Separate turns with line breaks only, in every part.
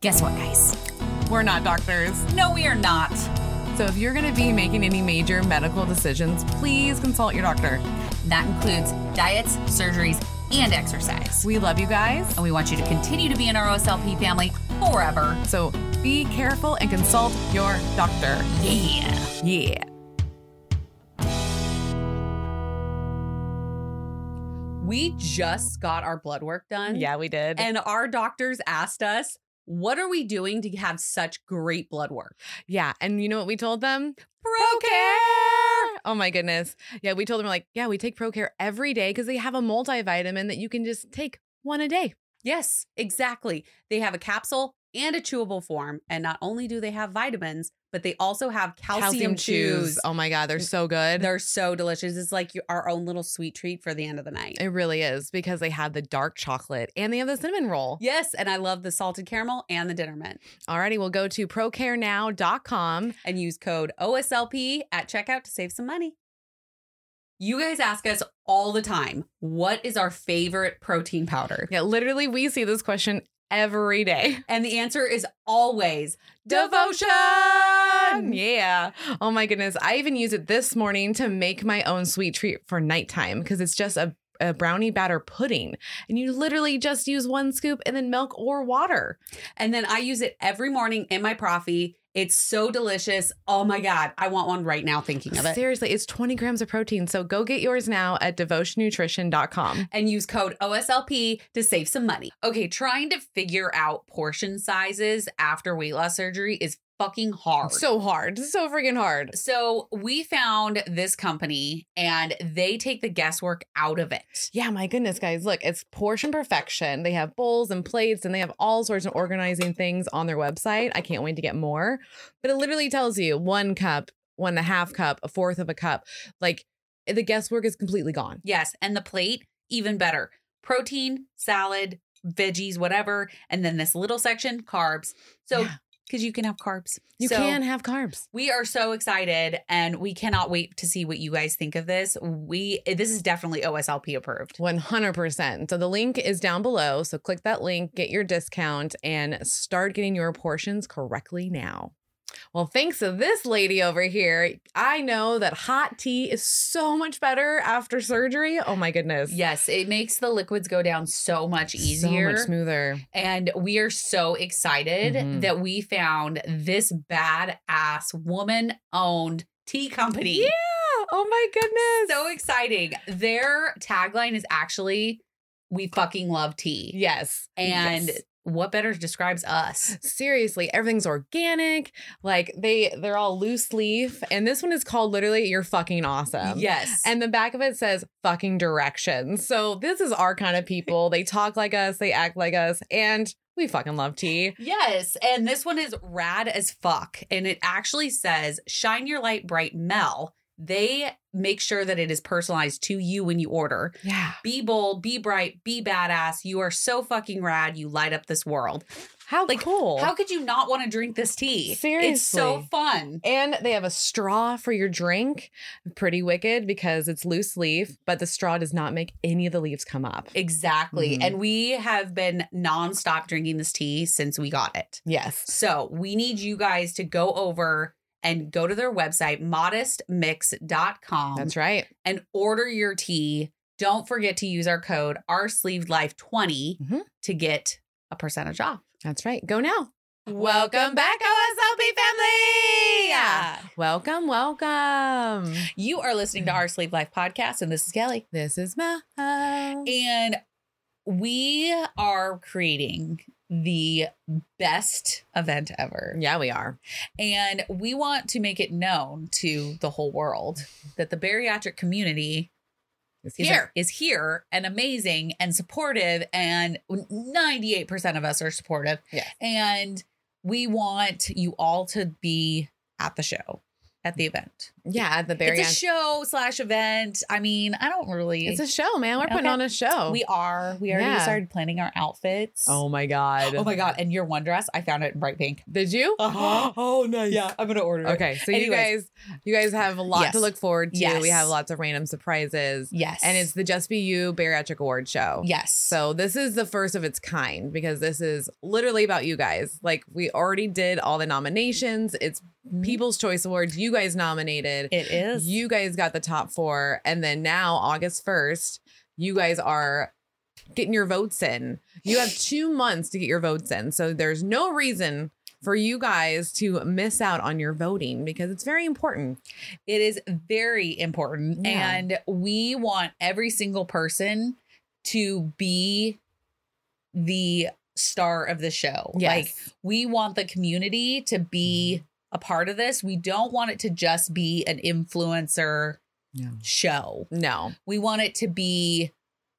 Guess what, guys?
We're not doctors.
No, we are not.
So if you're going to be making any major medical decisions, please consult your doctor.
That includes diets, surgeries, and exercise.
We love you guys.
And we want you to continue to be in our OSLP family forever.
So be careful and consult your doctor.
Yeah.
Yeah.
We just got our blood work done.
Yeah, we did.
And our doctors asked us, what are we doing to have such great blood work?
yeah. And you know what we told them?
Procare.
Oh my goodness. Yeah, we told them like, yeah, we take ProCare every day because they have a multivitamin that you can just take one a day.
Yes, exactly. They have a capsule and a chewable form. And not only do they have vitamins, but they also have calcium, chews.
Oh my God, they're so good.
They're so delicious. It's like your- our own little sweet treat for the end of the night.
it really is because they have the dark chocolate and they have the cinnamon roll.
Yes, and I love the salted caramel and the dinner mint.
Alrighty, we'll go to procarenow.com.
and use code OSLP at checkout to save some money. You guys ask us all the time, what is our favorite protein powder?
Yeah, literally, we see this question every day.
And the answer is always
Devotion. Yeah. Oh my goodness. I even used it this morning to make my own sweet treat for nighttime because it's just a, a brownie batter pudding. And you literally just use one scoop and then milk or water.
And then I use it every morning in my coffee. It's so delicious. Oh my God. I want one right now thinking of it.
Seriously, it's 20 grams of protein. So go get yours now at devotionnutrition.com.
And use code OSLP to save some money. Okay, trying to figure out portion sizes after weight loss surgery is fucking hard.
So hard. So freaking hard.
So we found this company and they take the guesswork out of it.
Yeah, my goodness, guys. Look, it's portion perfection. They have bowls and plates and they have all sorts of organizing things on their website. I can't wait to get more. But it literally tells you one cup, one and a half cup, a fourth of a cup. Like eh, the guesswork is completely gone.
Yes. And the plate, even better protein, salad, veggies, whatever. And then this little section, carbs. So,
Yeah.
because you can have carbs.
You
So
can have carbs.
We are so excited and we cannot wait to see what you guys think of this. We, eh, this is definitely OSLP approved.
100%. So the link is down below. So click that link, get your discount, and start getting your portions correctly now. Well, thanks to this lady over here, I know that hot tea is so much better after surgery. Oh my goodness.
Yes, it makes the liquids go down so much
So
easier.
much smoother.
And we are so excited
Mhm.
that we found this badass woman owned tea company.
Oh my goodness.
So exciting. Their tagline is actually, We fucking love tea.
yes.
And
Yes.
what better describes us?
seriously, everything's organic. Like they they're all loose leaf. And this one is called literally You're fucking awesome.
yes. And
Um, And the back of it says fucking directions. So this is our kind of people. They talk like us, they act like us, and we fucking love tea.
yes. And this one is rad as fuck. And it actually says, Shine your light bright, Mel. They make sure that it is personalized to you when you order.
Yeah.
Be bold, be bright, be badass. You are so fucking rad. You light up this world.
How
Like,
cool.
How could you not want to drink this tea? It's so
Seriously.
fun.
and they have a straw for your drink. Pretty wicked because it's loose leaf, but the straw does not make any of the leaves come up.
Exactly.
Mhm.
And we have been nonstop drinking this tea since we got it.
Yes.
So we need you guys to go over and go to their website, modestmix.com,
That's right.
and order your tea. Don't forget to use our code rsleevedlife20
Mhm.
to get a percentage off.
That's right. Go now. Welcome back, OSLP family. Welcome, welcome.
You are listening
Mm.
to Our Sleep Life podcast, and this is Kelly.
This is Mel.
And we are creating the best event ever.
Yeah, we are.
And we want to make it known to the whole world that the bariatric community
It's
is
here.
is here and amazing and supportive. And 98% of us are supportive.
Yeah.
And we want you all to be at the show. at the event.
Yeah, at the very
it's a
end.
show slash event. I mean, I don't really.
it's a show, man. We're putting
Okay.
on a show.
we are. We already
Yeah.
started planning our outfits.
oh my god.
Oh my god! And your one dress, I found it in bright pink.
Did you?
oh nice. Yeah, I'm gonna order it.
Okay, so you
Anyways.
guys, you guys have a lot to
Yes.
look forward to.
Yes.
We have lots of random surprises,
Yes.
and it's the Just Be You Bariatric Award Show.
yes.
Oh. So this is the first of its kind because this is literally about you guys. Like we already did all the nominations. It's
Mm-hmm.
People's Choice Awards. You guys nominated.
it is.
You guys got the top four, and then now August first, you guys are getting your votes in. You have two months to get your votes in, so there's no reason for you guys to miss out on your voting because it's very important.
It is very important.
Yeah.
And we want every single person to be the star of the show. Like, we want the community to
Mm-hmm.
be a part of this. We don't want it to just be an influencer
No.
show.
no,
We want it to be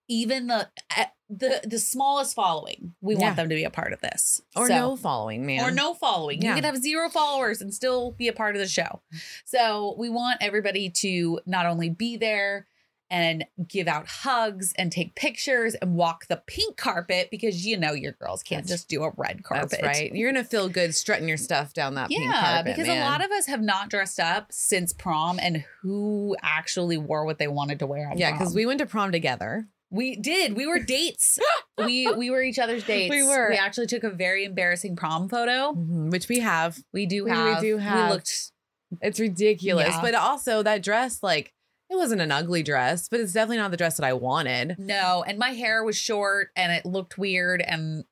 even the eh, the the smallest following. We
Yeah.
want them to be a part of this.
or
So-
no following, man,
or no following.
Yeah.
You could have zero followers and still be a part of the show. So we want everybody to not only be there and give out hugs and take pictures and walk the pink carpet because you know your girls can't
That's-
just do a red carpet.
That's right. You're gonna feel good strutting your stuff down that pink
Yeah,
carpet,
because
man.
a lot of us have not dressed up since prom, and who actually wore what they wanted to wear on
yeah,
prom?
because we went to prom together.
we did. We were dates. we we were each other's dates.
We were.
We actually took a very embarrassing prom photo.
which we have.
We do
We- we
have.
do have.
We looked
It's ridiculous.
Yeah.
But also that dress, like it wasn't an ugly dress, but it's definitely not the dress that I wanted.
No, and my hair was short and it looked weird and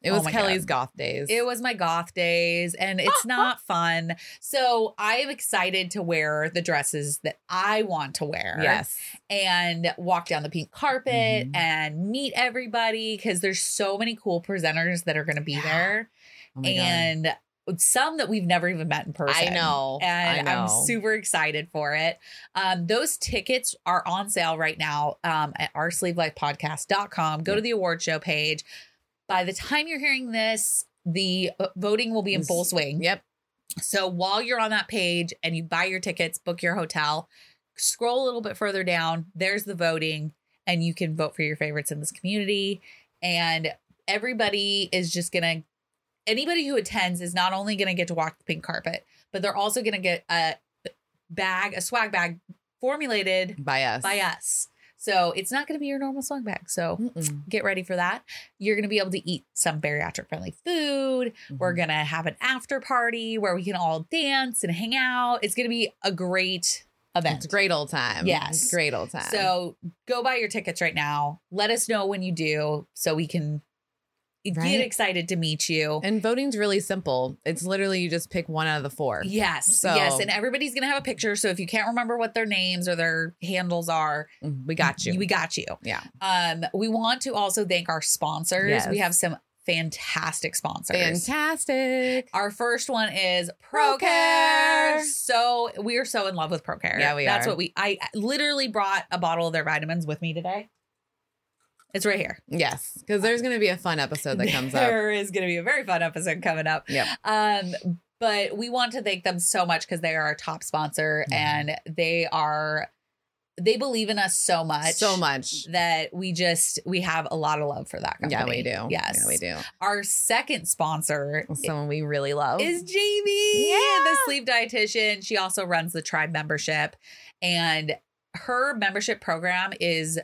It
Oh
was
my
Kelly's goth days.
it was my goth days and it's not fun. So I am excited to wear the dresses that I want to wear.
yes.
And walk down the pink carpet
Mhm.
and meet everybody because there's so many cool presenters that are going to be
Yeah.
there
Oh my God.
and some that we've never even met in person.
I know.
and
I know.
I'm super excited for it. Um, those tickets are on sale right now um, at oursleevelifepodcast.com. Go to the award show page. By the time you're hearing this, the uh, voting will be in full swing.
Yep.
So while you're on that page and you buy your tickets, book your hotel, scroll a little bit further down. There's the voting, and you can vote for your favorites in this community. And everybody is just gonna, anybody who attends is not only gonna get to walk the pink carpet, but they're also gonna get a bag, a swag bag formulated
By us.
by us. So it's not gonna be your normal swag bag. So
Mm-mm.
get ready for that. You're gonna be able to eat some bariatric friendly food. We're going to have an after party where we can all dance and hang out. It's going to be a great
It's
event.
a great old time.
Yes.
It's a great old time.
So go buy your tickets right now. Let us know when you do so we can
Right.
get excited to meet you.
and voting's really simple. It's literally you just pick one out of the four.
yes.
So-
Yes. And everybody's going to have a picture. So if you can't remember what their names or their handles are,
Mm, We got you.
We got you.
yeah.
Um, we want to also thank our sponsors.
Yes.
We have some fantastic sponsors.
Fantastic.
Our first one is
Procare.
ProCare. So we are so in love with ProCare.
Yeah, we
That's
are.
what we. I literally brought a bottle of their vitamins with me today. It's right here.
Yes. Because there's gonna be a fun episode that comes up.
There is going to be a very fun episode coming up.
Yep.
Um, but we want to thank them so much because they are our top sponsor
Mhm.
and they are they believe in us so much,
So much.
that we just we have a lot of love for that company.
Yeah, we do.
Yes,
Yeah, we do.
Our second sponsor
Someone we really love.
is Jamie,
Oh, Yeah.
the sleep dietitian. She also runs the tribe membership, and her membership program is.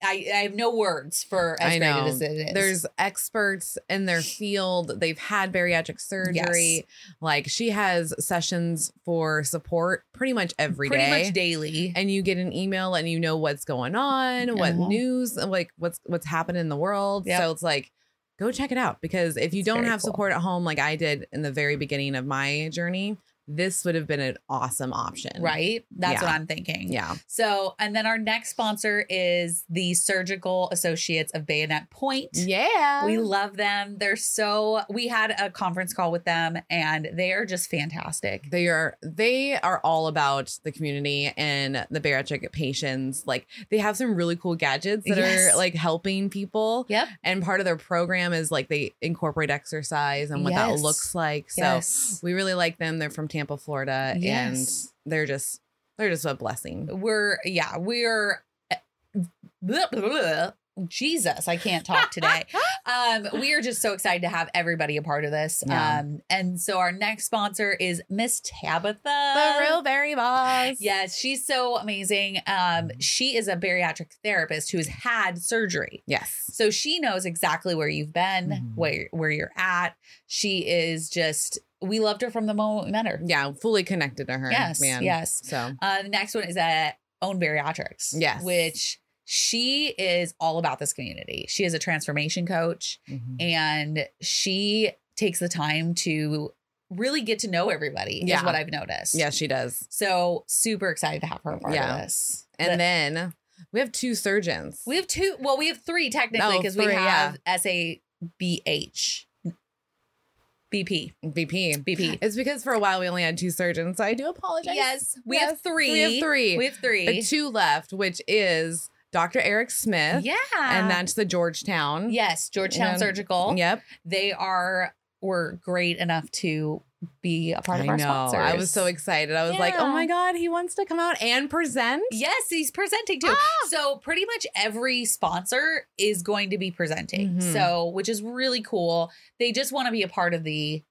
I, I have no words for as
I
great
know.
as it is.
There's experts in their field. They've had bariatric surgery. Like she has sessions for support pretty much every day,
pretty much daily.
And you get an email and you know what's going on, what
Uh-huh.
news, like what's what's happening in the world.
Yep.
So it's like go check it out because if you
It's
don't
very
have
cool.
support at home like I did in the very beginning of my journey, this would have been an awesome option.
right? That's
Yeah.
what I'm thinking.
Yeah.
So, and then our next sponsor is the Surgical Associates of Bayonet Point.
Yeah.
We love them. They're so, we had a conference call with them and they are just fantastic.
They are they are all about the community and the bariatric patients. Like they have some really cool gadgets that
Yes.
are like helping people.
Yep.
And part of their program is like they incorporate exercise and what
Yes.
that looks like. So
yes.
we really like them. They're from Tampa, Florida,
Yes.
and they're just they're just a blessing.
We're yeah, we're blah, blah, blah. Jesus, I can't talk today. um, we are just so excited to have everybody a part of this.
Yeah.
Um, and so our next sponsor is Miss Tabitha.
the real Barry Boss.
Yes, she's so amazing. Um, she is a bariatric therapist who has had surgery.
Yes.
So she knows exactly where you've been,
Mhm.
where where you're at. She is just we loved her from the moment we met her.
Yeah, fully connected to her.
Yes,
man.
yes.
So
Uh, the next one is at Own Bariatrics.
Yes.
Which she is all about this community. She is a transformation coach and she takes the time to really get to know everybody,
Yeah.
is what I've noticed.
yeah, she does.
So super excited to have her a part
Yeah.
of this.
And
The-
then we have two surgeons.
we have two, well, we have three technically
Oh,
because
three,
we
yeah.
have SABH. BP.
VP.
BP.
It's because for a while we only had two surgeons, so I do apologize.
Yes, we
Yes,
have three.
We have three.
We have three.
But two left, which is Dr. Eric Smith.
yeah.
And that's the Georgetown.
Yes, Georgetown
And-
Surgical.
Yep.
They are were great enough to be a part of
I
our
know.
sponsors.
I was so excited. I was like, oh
Yeah.
my God, he wants to come out and present.
Yes, he's presenting too.
Ah.
So pretty much every sponsor is going to be presenting.
Mhm.
So, which is really cool. They just want to be a part of the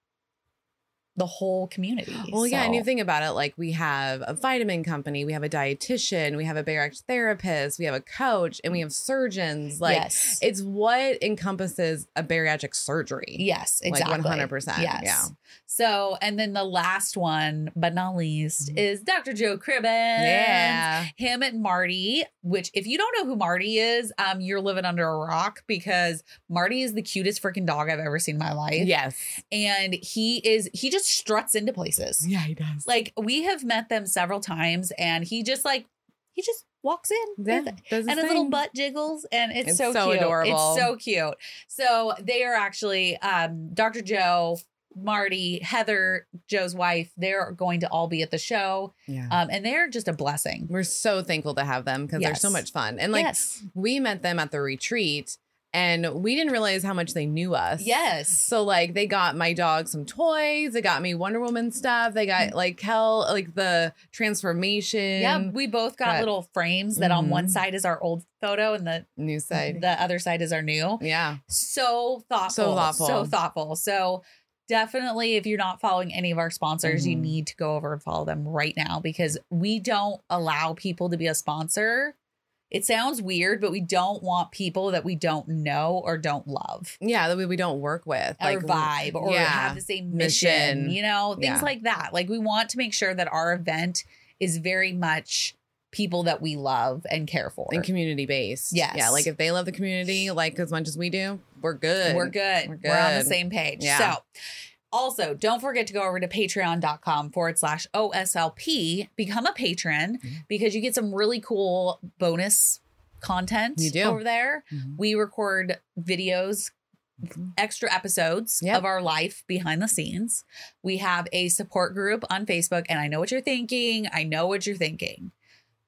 the whole community.
Well, yeah, and you
So-
think about it, like we have a vitamin company, we have a dietitian, we have a bariatric therapist, we have a coach, and we have surgeons. Like
yes.
it's what encompasses a bariatric surgery.
yes, exactly.
Like 100%.
Yes.
Yeah.
So, and then the last one, but not least,
Mhm.
is Dr. Joe Cribbins.
Yeah.
him and Marty, which if you don't know who Marty is, um, you're living under a rock because Marty is the cutest freaking dog I've ever seen in my life.
Yes.
And he is he just struts into places.
Yeah, he does.
Like we have met them several times and he just like he just walks in.
Yeah, does
And his
thing.
little butt jiggles, and it's,
It's
so,
so
cute.
adorable.
It's so cute. So they are actually um, Dr. Joe, Marty, Heather, Joe's wife. They're going to all be at the show,
Yeah.
um, and they're just a blessing.
We're so thankful to have them because they're so
Yes.
much fun. And like
yes,
we met them at the retreat and we didn't realize how much they knew us.
yes,
So like they got my dog some toys, they got me Wonder Woman stuff, they
Mm.
got like Kel like the transformation
yeah. We both got
but-
little frames that on one
Mhm.
side is our old photo, and the
new side.
the other side is our new.
Yeah.
So thoughtful,
So thoughtful.
so thoughtful. So definitely, if you're not following any of our sponsors, you
Mhm.
need to go over and follow them right now because we don't allow people to be a sponsor. It sounds weird, but we don't want people that we don't know or don't love.
Yeah, that we, we don't work with.
or vibe or
yeah.
have the same mission,
Mission.
you know, things
Yeah.
like that. Like we want to make sure that our event is very much people that we love and care for.
and community based.
Yes.
Yeah. Like if they love the community like as much as we do, we're good.
We're good.
We're
We're on the
good.
same page.
Yeah.
So also don't forget to go over to patreon.com forward slash OSLP, become a patron
Mhm.
because you get some really cool bonus content
You do.
over there.
Mhm.
We record videos,
Mhm.
extra episodes
Yep.
of our life behind the scenes. We have a support group on Facebook, and I know what you're thinking. I know what you're thinking.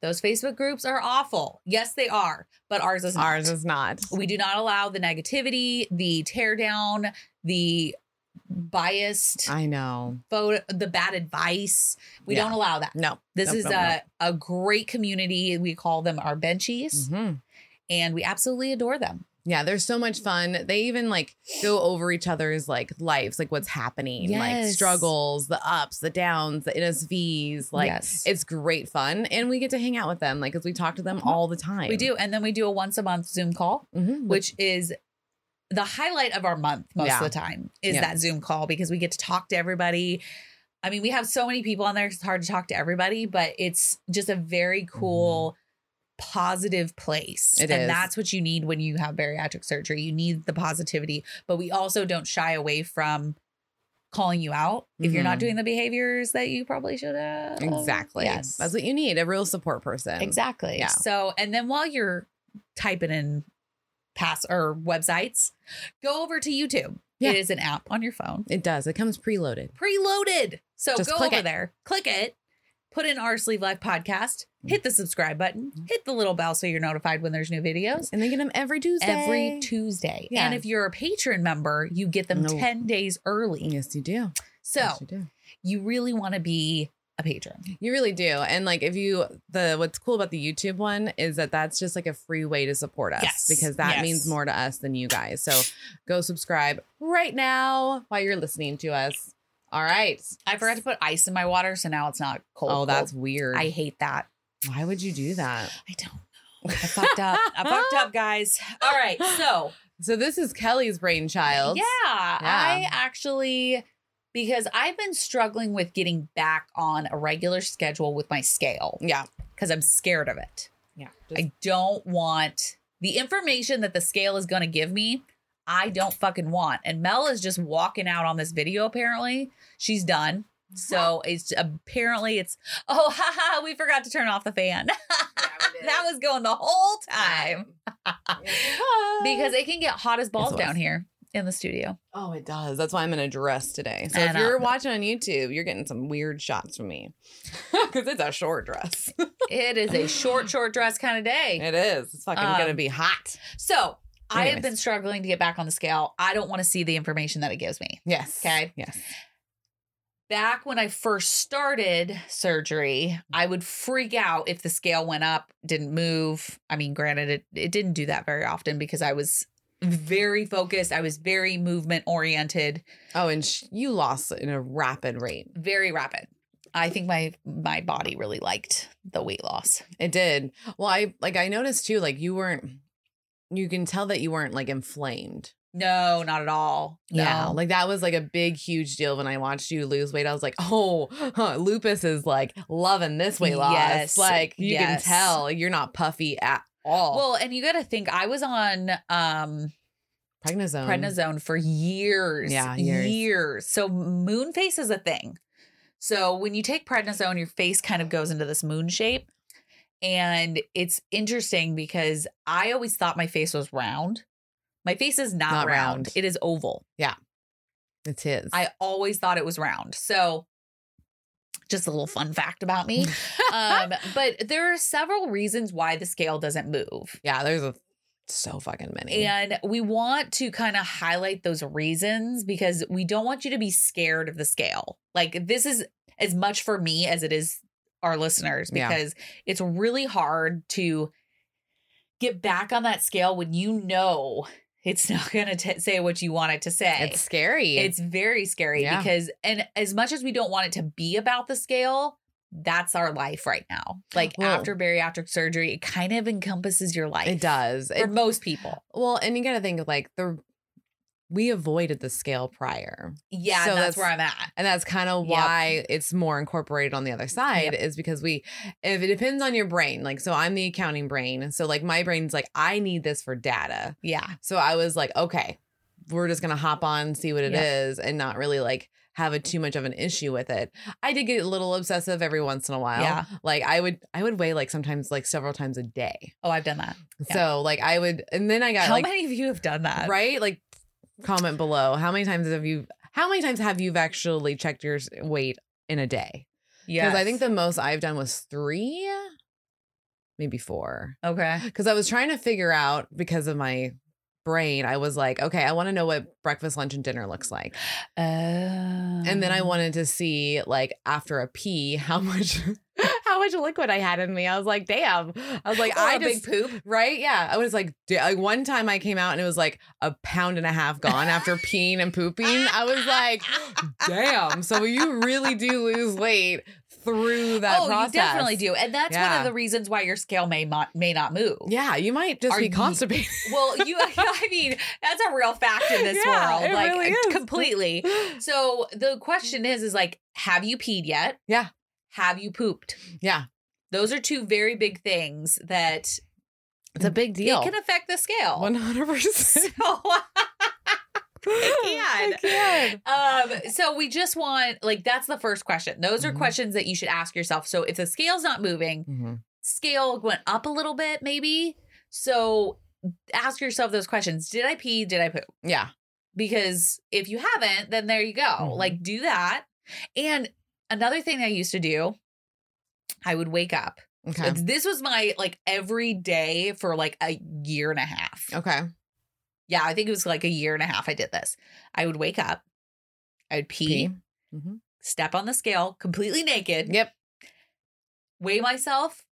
Those Facebook groups are awful. Yes, they are, but ours is
Ours
not.
is not.
We do not allow the negativity, the teardown, the biased
I know.
photo, the bad advice. We
Yeah.
don't allow that.
No.
This
Nope,
is
nope,
a, a great community. We call them our benchies,
Mhm.
and we absolutely adore them.
Yeah, they're so much fun. They even like go over each other's like lives, like what's happening, like
Yes.
struggles, the ups, the downs, the NSVs. Like
Yes.
it's great fun, and we get to hang out with them, like because we talk to them all the time.
Uh-huh. We do. And then we do a once a month Zoom call.
Mhm.
which is the highlight of our month most
Yeah.
of the time is
Yeah.
that Zoom call because we get to talk to everybody. I mean, we have so many people on there, it's hard to talk to everybody, but it's just a very cool, positive place.
Mm-hmm. It
and
is.
that's what you need when you have bariatric surgery. You need the positivity, but we also don't shy away from calling you out if you're
Mhm.
not doing the behaviors that you probably should have.
exactly.
Yes.
that's what you need a real support person.
Exactly.
Yeah.
So, and then while you're typing in pass or websites, go over to YouTube.
Yeah.
It is an app on your phone,
It does. It comes preloaded.
preloaded. So
Just
go
click
over
it.
there, click it, put in our Sleeve Life podcast,
Mm-hmm.
hit the subscribe button, hit the little bell so you're notified when there's new videos.
And they get them every Tuesday.
Every Tuesday.
Yeah.
And if you're a patron member, you get them
No.
10 days early.
Yes, you do.
So
Yes, you do.
you really want to be a patron.
You really do. And like if you the what's cool about the YouTube one is that that's just like a free way to support us
Yes.
because that
Yes.
means more to us than you guys. So go subscribe right now while you're listening to us. All right.
I forgot to put ice in my water, so now it's not cold.
Oh, that's
cold.
weird.
I hate that.
Why would you do that?
I don't know. I fucked up. I fucked up, guys. All right. So,
So this is Kelly's brainchild.
yeah, I actually, because I've been struggling with getting back on a regular schedule with my scale
Yeah.
because I'm scared of it.
Yeah.
I don't want the information that the scale is going to give me. I don't fucking want. And Mel is just walking out on this video, apparently. She's done. So it's apparently it's oh haha we forgot to turn off the fan. that was going the whole time. because it can get hot as balls
Yes, it
down
was.
here in the studio.
Oh, it does. That's why I'm in a dress today. So
And,
if
uh,
you're watching on YouTube, you're getting some weird shots from me because it's a short dress.
It is a short, short dress kind of day.
It is. It's fucking gonna
Um,
be hot.
So I have
Anyways.
been struggling to get back on the scale. I don't want to see the information that it gives me.
Yes.
Okay.
Yes.
Back when I first started surgery, I would freak out if the scale went up, didn't move. I mean, granted, it, it didn't do that very often because I was very focused. I was very movement oriented,
Oh, and sh- you lost in a rapid rate.
very rapid. I think my my body really liked the weight loss.
It did. Well, I like I noticed too. Like you weren't. You can tell that you weren't like inflamed.
No, not at all.
Yeah,
No.
like that was like a big, huge deal when I watched you lose weight. I was like, oh, huh, lupus is like loving this weight loss.
Yes,
like you
yes.
can tell you're not puffy at all.
Well, and you got to think I was on um
prednisone.
prednisone for years.
Yeah, years.
So moon face is a thing. So when you take prednisone, your face kind of goes into this moon shape. And it's interesting because I always thought my face was round. My face is not,
Not
round.
round.
It is oval.
It's his.
I always thought it was round. So just a little fun fact about me. um, but there are several reasons why the scale doesn't move.
yeah, there's a so fucking many.
And we want to kind of highlight those reasons because we don't want you to be scared of the scale. Like, this is as much for me as it is our listeners
Yeah.
because it's really hard to get back on that scale when you know it's not going to say what you want it to say.
it's scary.
It's very scary
Yeah.
because, and as much as we don't want it to be about the scale, that's our life right now. Like
Well-
after bariatric surgery, it kind of encompasses your life.
it does.
For
It
most people.
Well, and you got to think like the we avoided the scale prior.
Yeah,
So
and that's,
that's-
where I'm at.
And that's kind of
Yep.
why it's more incorporated on the other side is because we if it depends on your brain. Like so I'm the accounting brain. So like my brain's like I need this for data.
Yeah.
So I was like, okay, we're just going to hop on, see what it is,
Yep.
and not really like have a too much of an issue with it. I did get a little obsessive every once in a while.
Yeah.
Like I would I would weigh like sometimes like several times a day.
Oh, I've done that. Yeah.
So like I would and then I got
How
like
many of you have done that?
right? Like, comment below. How many times have you? How many times have you actually checked your s- weight in a day?
Yeah.
Because I think the most I've done was three, maybe four.
okay.
Because I was trying to figure out because of my brain. I was like, okay, I want to know what breakfast, lunch, and dinner looks like, and then I
Mm-hmm. Um,
wanted to see like after a pee how much. How much liquid I had in me. I was like, damn. I was like,
Oh,
I
a
just
big poop.
Right? Yeah. I was like, da- like one time I came out and it was like a pound and a half gone after peeing and pooping. I was like, damn. So you really do lose weight through that
oh,
process.
you definitely do, and that's one
Yeah.
of the reasons why your scale may mo- may not move.
Yeah, you might just
Are
be
you-
constipated.
Well, you, I mean, that's a real fact in this
Yeah,
world,
it
like uh,
really is.
completely. So the question is, is like, have you peed yet?
Yeah.
Have you pooped?
yeah,
Those are two very big things that
it's a big deal.
it can affect the scale.
One hundred percent.
So
Oh
can.
can.
Um, so we just want like that's the first question. Those are
Mhm.
questions that you should ask yourself. So if the scale's not moving,
Mhm.
scale went up a little bit, maybe. So ask yourself those questions. Did I pee? Did I poop?
Yeah,
Because if you haven't, then there you go.
Mhm.
Like do that. And another thing I used to do, I would wake up.
okay,
This was my like every day for like a year and a half.
okay.
Yeah, I think it was like a year and a half I did this. I would wake up, I would pee,
Mhm.
step on the scale completely naked,
Yep.
weigh myself,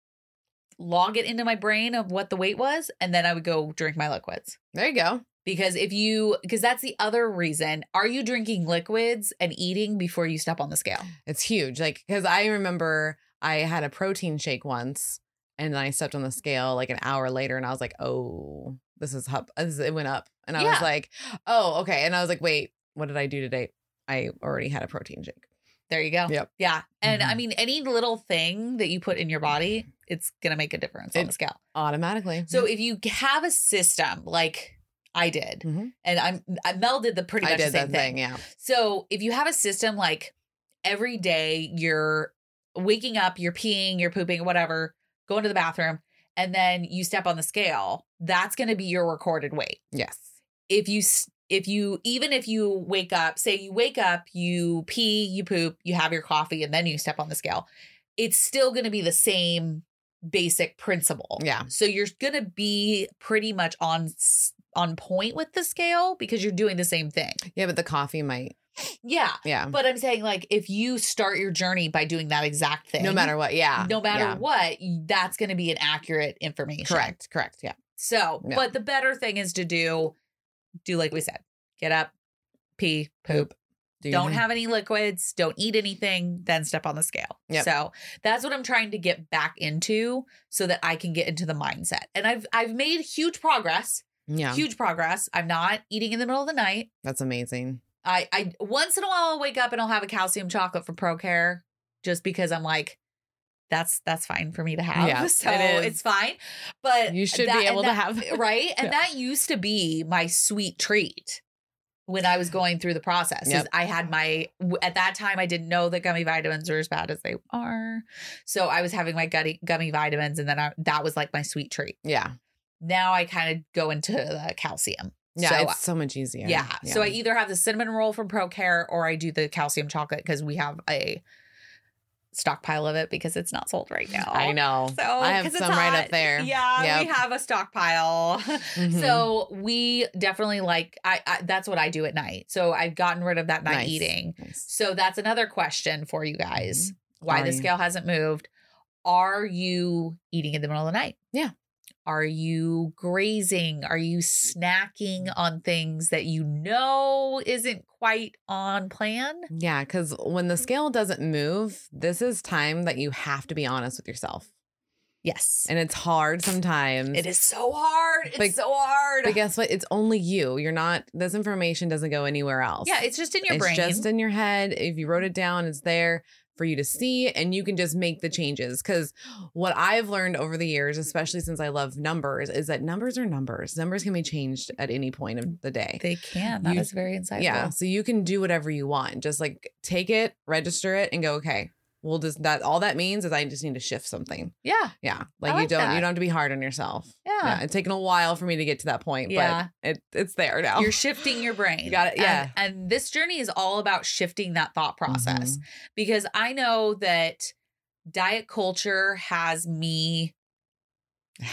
log it into my brain of what the weight was, and then I would go drink my liquids.
There you go.
Because if you, because that's the other reason. Are you drinking liquids and eating before you step on the scale?
It's huge. Like, because I remember I had a protein shake once and then I stepped on the scale like an hour later and I was like, oh, this is up. This, it went up. And I was
Yeah.
like, oh, okay. And I was like, wait, what did I do today? I already had a protein shake.
There you go.
Yep.
Yeah. Mm-hmm. And I
Mhm.
mean, any little thing that you put in your body, it's going to make a difference on
It-
the scale.
Automatically.
So if you have a system like I did,
Mhm.
and I'm I, Mel did the pretty much
I did
the same
that
thing.
thing. Yeah.
So if you have a system like every day you're waking up, you're peeing, you're pooping, whatever, going to the bathroom, and then you step on the scale, that's going to be your recorded weight.
Yes.
If you s- if you even if you wake up, say you wake up, you pee, you poop, you have your coffee and then you step on the scale, it's still going to be the same basic principle.
Yeah.
So you're going to be pretty much on s- on point with the scale because you're doing the same thing. Um
Yeah. But the coffee might.
Yeah.
Yeah.
But I'm saying, like, if you start your journey by doing that exact thing,
No matter what. Yeah.
no matter
Yeah.
what, y- that's going to be an accurate information.
Correct. Correct. Yeah.
So,
Yeah.
but the better thing is to do, do like we said, get up, pee, poop.
Do your
Don't
thing.
have any liquids. Don't eat anything. Then step on the scale.
Yep.
So that's what I'm trying to get back into, so that I can get into the mindset. And I've I've made huge progress.
Yeah.
Huge progress. I'm not eating in the middle of the night.
That's amazing.
I I once in a while I'll wake up and I'll have a calcium chocolate for ProCare just because I'm like that's that's fine for me to have.
Yeah,
so
it is.
it's fine. But
You should
Uh, that-
be able
and
to
that-
have.
right? And
Yeah.
that used to be my sweet treat when I was going through the process. is
Yep.
I had my w- at that time I didn't know that gummy vitamins were as bad as they are. So I was having my gutty, gummy vitamins and then I, that was like my sweet treat.
Yeah.
Now I kind of go into the calcium.
Yeah.
So
it's so much easier.
yeah. So I either have the cinnamon roll from ProCare or I do the calcium chocolate because we have a stockpile of it because it's not sold right now.
I know.
So
I have
'cause it's
some right
hot.
up there.
Yeah, we
Yep.
have a stockpile. Mm-hmm.
Mhm.
So we definitely like I, I that's what I do at night. So I've gotten rid of that night
Nice.
eating.
Nice.
So that's another question for you guys. Why
Mm-hmm. Are
the
you-
scale hasn't moved. Are you eating in the middle of the night?
Yeah.
Are you grazing? Are you snacking on things that you know isn't quite on plan?
Yeah, because when the scale doesn't move, this is time that you have to be honest with yourself.
Yes.
And it's hard sometimes.
It is so hard. It's
But-
so hard.
But guess what? It's only you. You're not, this information doesn't go anywhere else.
yeah, it's just in your
it's
brain.
just in your head. If you wrote it down, it's there for you to see and you can just make the changes. Because what I've learned over the years, especially since I love numbers, is that numbers are numbers. Numbers can be changed at any point of the day.
they can. That is
You-
very insightful.
Yeah. So you can do whatever you want. Just like take it, register it, and go, okay. We'll just that all that means is I just need to shift something.
Yeah.
Yeah. Like, you
like
don't
that.
you don't have to be hard on yourself.
Yeah.
It's taken a while for me to get to that point,
Yeah.
but it, it's there now.
You're shifting your brain.
You got it. Yeah.
And, and this journey is all about shifting that thought process.
Mhm.
because I know that diet culture has me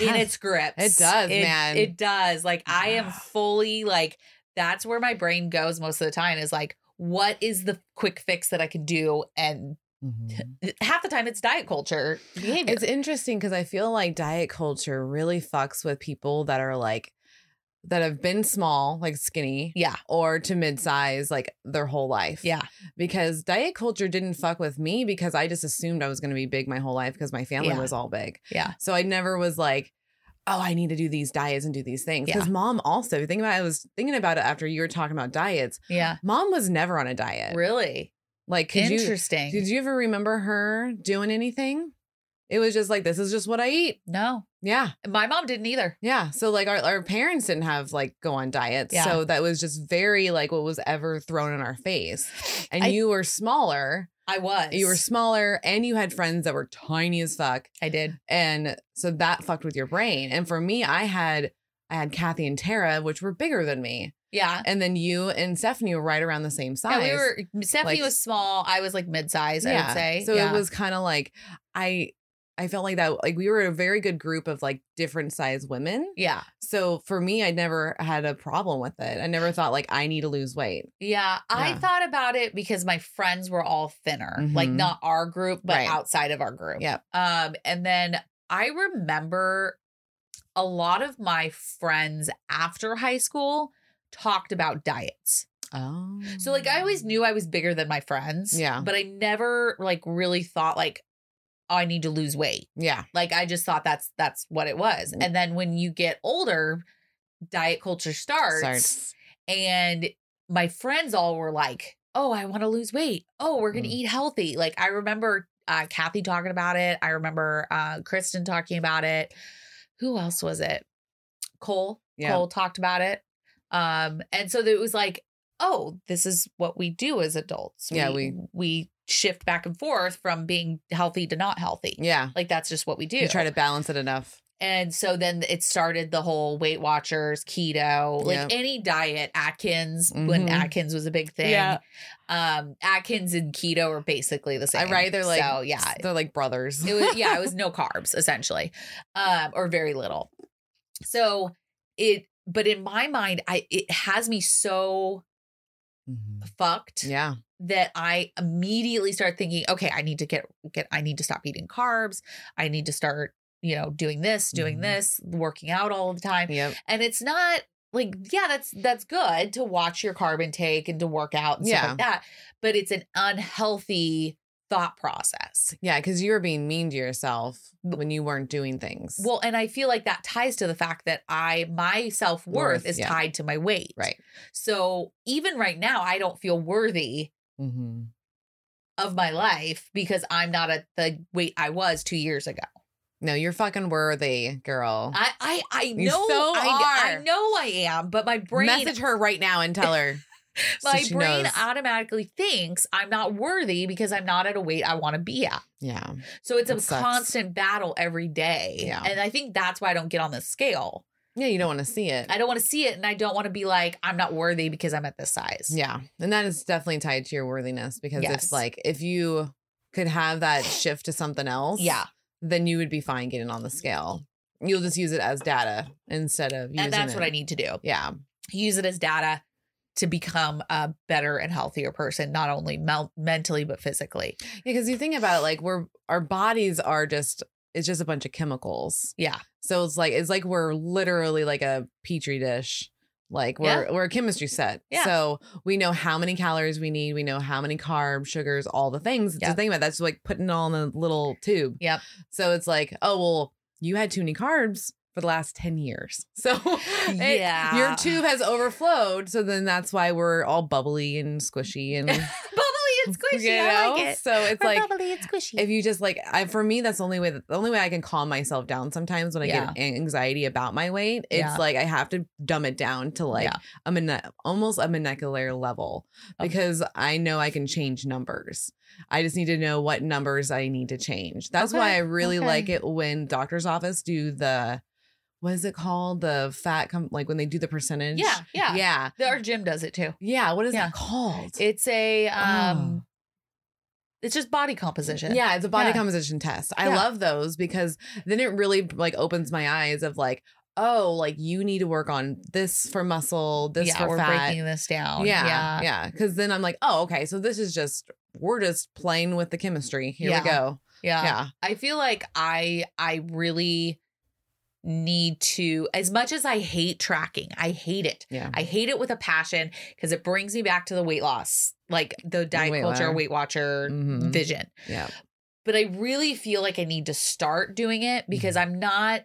in its grips.
Mm-hmm. It does,
It-
man.
It does. Like I am fully like that's where my brain goes most of the time is like what is the quick fix that I can do and
Mhm.
half the time it's diet culture behavior.
It's interesting because I feel like diet culture really fucks with people that are like that have been small, like skinny,
yeah.
or to mid size like their whole life.
Yeah.
because diet culture didn't fuck with me because I just assumed I was going to be big my whole life because my family
Yeah.
was all big.
Yeah.
So I never was like, oh, I need to do these diets and do these things. Because mom also, think about I was thinking about it after you were talking about diets.
Yeah.
Mom was never on a diet.
Really?
Like, Eh, could you,
Interesting.
did you ever remember her doing anything? It was just like, this is just what I eat.
no.
Yeah.
My mom didn't either.
Yeah. So like our, our parents didn't have like go on diets.
Yeah.
So that was just very like what was ever thrown in our face. And
I-
you were smaller.
I was.
You were smaller and you had friends that were tiny as fuck.
I did.
And so that fucked with your brain. And for me, I had I had Kathy and Tara, which were bigger than me.
Yeah.
And then you and Stephanie were right around the same size.
Yeah, we were Stephanie
Like-
was small. I was like mid size, I would say.
So
Yeah.
it was kind of like I I felt like that like we were a very good group of like different size women.
Yeah.
So for me, I never had a problem with it. I never thought like I need to lose weight.
Yeah, I
Yeah.
thought about it because my friends were all thinner, like
Mhm.
not our group, but
Right.
outside of our group.
Yep.
Um, and then I remember a lot of my friends after high school talked about diets.
Oh.
So like I always knew I was bigger than my friends.
Yeah.
But I never like really thought like, oh, I need to lose weight.
Yeah.
Like I just thought that's that's what it was.
Mm.
And then when you get older, diet culture
Starts.
and my friends all were like, "Oh, I want to lose weight. Oh, we're gonna
Mm.
eat healthy." Like I remember uh, Kathy talking about it. I remember uh, Kristen talking about it. Who else was it? Cole.
Yeah.
Cole talked about it. Um, and so it was like, "Oh, this is what we do as adults.
Yeah,
we we shift back and forth from being healthy to not healthy.
Yeah.
Like that's just what we do.
You try to balance it enough.
And so then it started the whole Weight Watchers, keto, like
Yep.
any diet, Atkins, when
Mhm.
Atkins was a big thing.
Yeah.
Um, Atkins and keto are basically the same.
right? They're like
so yeah.
They're like brothers.
It was yeah, it was no carbs essentially. Um, or very little. So it but in my mind, I it has me so Mm-hmm.
Mhm.
fucked
Yeah.
that I immediately start thinking, okay, I need to get get I need to stop eating carbs. I need to start, you know, doing this, doing
Mhm.
this, working out all the time.
Yep.
And it's not like yeah, that's that's good to watch your carb intake and to work out and stuff
Yeah.
like that, but it's an unhealthy thought process.
Yeah. Cause you were being mean to yourself when you weren't doing things.
Well, and I feel like that ties to the fact that I my self-worth
Worth,
is
yeah.
tied to my weight.
right.
So, even right now I don't feel worthy
Mm-hmm.
of my life because I'm not at the weight I was 2 years ago.
No, you're fucking worthy, girl.
I I I
You
know
so
I, I
are.
know I am, but my brain
Message her right now and tell her. so
my
she
brain
knows.
automatically thinks I'm not worthy because I'm not at a weight I want to be at.
yeah.
So it's a
That sucks.
constant battle every day.
Yeah.
And I think that's why I don't get on the scale.
Yeah. You don't want to see it.
I don't want to see it and I don't want to be like I'm not worthy because I'm at this size.
Yeah. And that is definitely tied to your worthiness because
Yes.
it's like if you could have that shift to something else,
Yeah.
then you would be fine getting on the scale. You'll just use it as data instead of using
And that's
it.
what I need to do.
Yeah.
Use it as data to become a better and healthier person, not only mel- mentally but physically.
Because you think about it, like we're our bodies are just it's just a bunch of chemicals.
Yeah.
So it's like it's like we're literally like a petri dish. Like we're we're a chemistry set.
Yeah.
So we know how many calories we need, we know how many carbs, sugars, all the things.
Yep.
Just think about it, that's like putting it all in a little tube.
Yep.
So it's like, oh well, you had too many carbs for the last 10 years. So it-
Yeah.
your tube has overflowed. So then that's why we're all bubbly and squishy and
Bubbly and squishy.
you
I like
know?
it.
So it's like
bubbly and squishy.
if you just like I for me that's the only way that, the only way I can calm myself down sometimes when I get anxiety about my weight it's
Yeah.
like I have to dumb it down to like
Yeah.
a mon- almost a molecular level
Okay.
because I know I can change numbers. I just need to know what numbers I need to change. That's
Okay,
why I really
okay.
like it when doctor's office do the what is it called the fat com- like when they do the percentage.
yeah, yeah,
Yeah.
The- Our gym does it too.
Yeah, what is
Yeah.
that called?
It's a um it's just body composition.
Oh. Yeah, it's a body
Yeah.
composition test. I
Yeah.
love those because then it really like opens my eyes of like, oh, like you need to work on this for muscle, this
yeah,
for
we're
fat.
breaking this down.
yeah, yeah. Because then I'm like, oh, okay, so this is just we're just playing with the chemistry. Here
Yeah.
we go.
yeah,
yeah,
I feel like I I really need to as much as I hate tracking. I hate it.
yeah.
I hate it with a passion because it brings me back to the weight loss, like the diet
Weight
culture,
Watcher.
Weight Watcher
Mhm.
vision.
Yeah.
But I really feel like I need to start doing it because
Mm-hmm.
I'm not